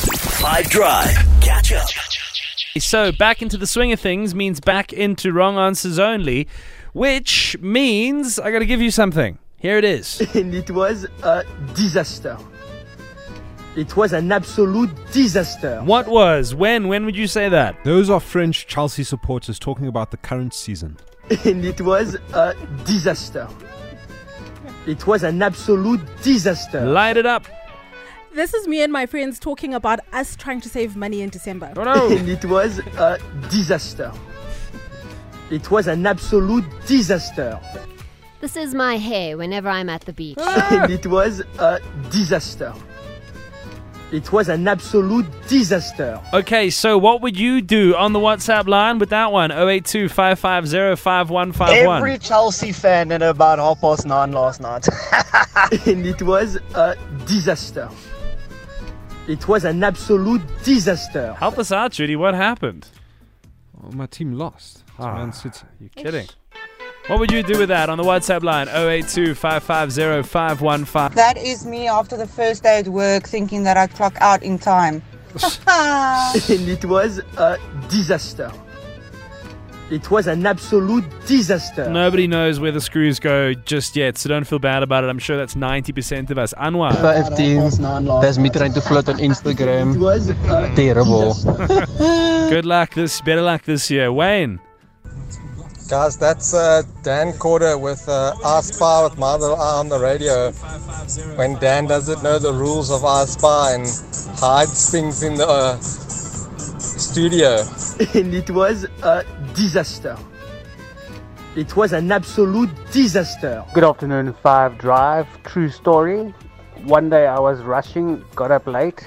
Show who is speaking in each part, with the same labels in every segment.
Speaker 1: Five Drive. Catch up.
Speaker 2: So back into the swing of things means back into wrong answers only, which means I got to give you something. Here it is.
Speaker 3: and it was a disaster. It was an absolute disaster.
Speaker 2: What was when? When would you say that?
Speaker 4: Those are French Chelsea supporters talking about the current season.
Speaker 3: And it was a disaster. It was an absolute disaster.
Speaker 2: Light it up.
Speaker 5: This is me and my friends talking about us trying to save money in December.
Speaker 2: Oh no.
Speaker 3: And it was a disaster. It was an absolute disaster.
Speaker 6: This is my hair whenever I'm at the beach.
Speaker 3: And it was a disaster. It was an absolute disaster.
Speaker 2: Okay, so what would you do on the WhatsApp line with that one? 082 550
Speaker 7: Every
Speaker 2: 5151.
Speaker 7: Chelsea fan at about half past nine last night.
Speaker 3: And it was a disaster. It was an absolute disaster.
Speaker 2: Help us out, Judy. What happened?
Speaker 4: Well, my team lost. It's Man City.
Speaker 2: You're kidding. What would you do with that on the WhatsApp line? 082 550 5151.
Speaker 8: That is me after the first day at work thinking that I clock out in time.
Speaker 3: and it was a disaster. It was an absolute disaster.
Speaker 2: Nobody knows where the screws go just yet, so don't feel bad about it. I'm sure that's 90% of us. Anwar.
Speaker 9: 15. That's me trying to flirt on
Speaker 3: It
Speaker 9: Instagram.
Speaker 3: was a
Speaker 9: Terrible.
Speaker 3: disaster.
Speaker 2: Good luck this better luck this year. Wayne.
Speaker 10: Guys, that's uh, Dan Corder with uh, I Spy with my little eye on the radio. When Dan doesn't know the rules of I Spy and hides things in the uh, studio.
Speaker 3: and it was a disaster. It was an absolute disaster.
Speaker 11: Good afternoon, Five Drive. True story. One day I was rushing, got up late,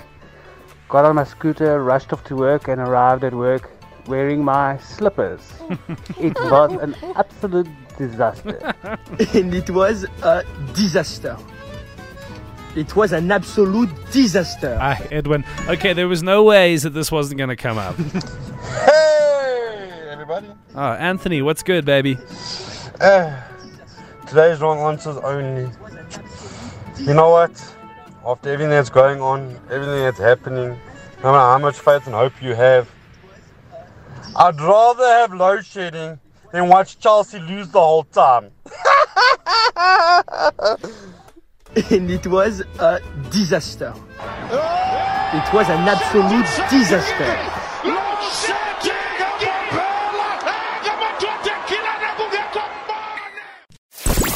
Speaker 11: got on my scooter, rushed off to work, and arrived at work wearing my slippers. it was an absolute disaster.
Speaker 3: And it was a disaster. It was an absolute disaster.
Speaker 2: Ah, Edwin. Okay, there was no ways that this wasn't going to come up.
Speaker 7: hey, everybody.
Speaker 2: Oh, Anthony, what's good, baby?
Speaker 7: today's wrong answers only. You know what? After everything that's going on, everything that's happening, no matter how much faith and hope you have, I'd rather have load shedding than watch Chelsea lose the whole time.
Speaker 3: And it was a disaster. It was an absolute disaster.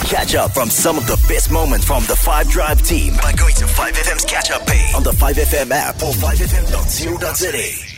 Speaker 1: Catch up from some of the best moments from the Five Drive team by going to 5FM's catch up page on the 5FM app or 5FM.co.za.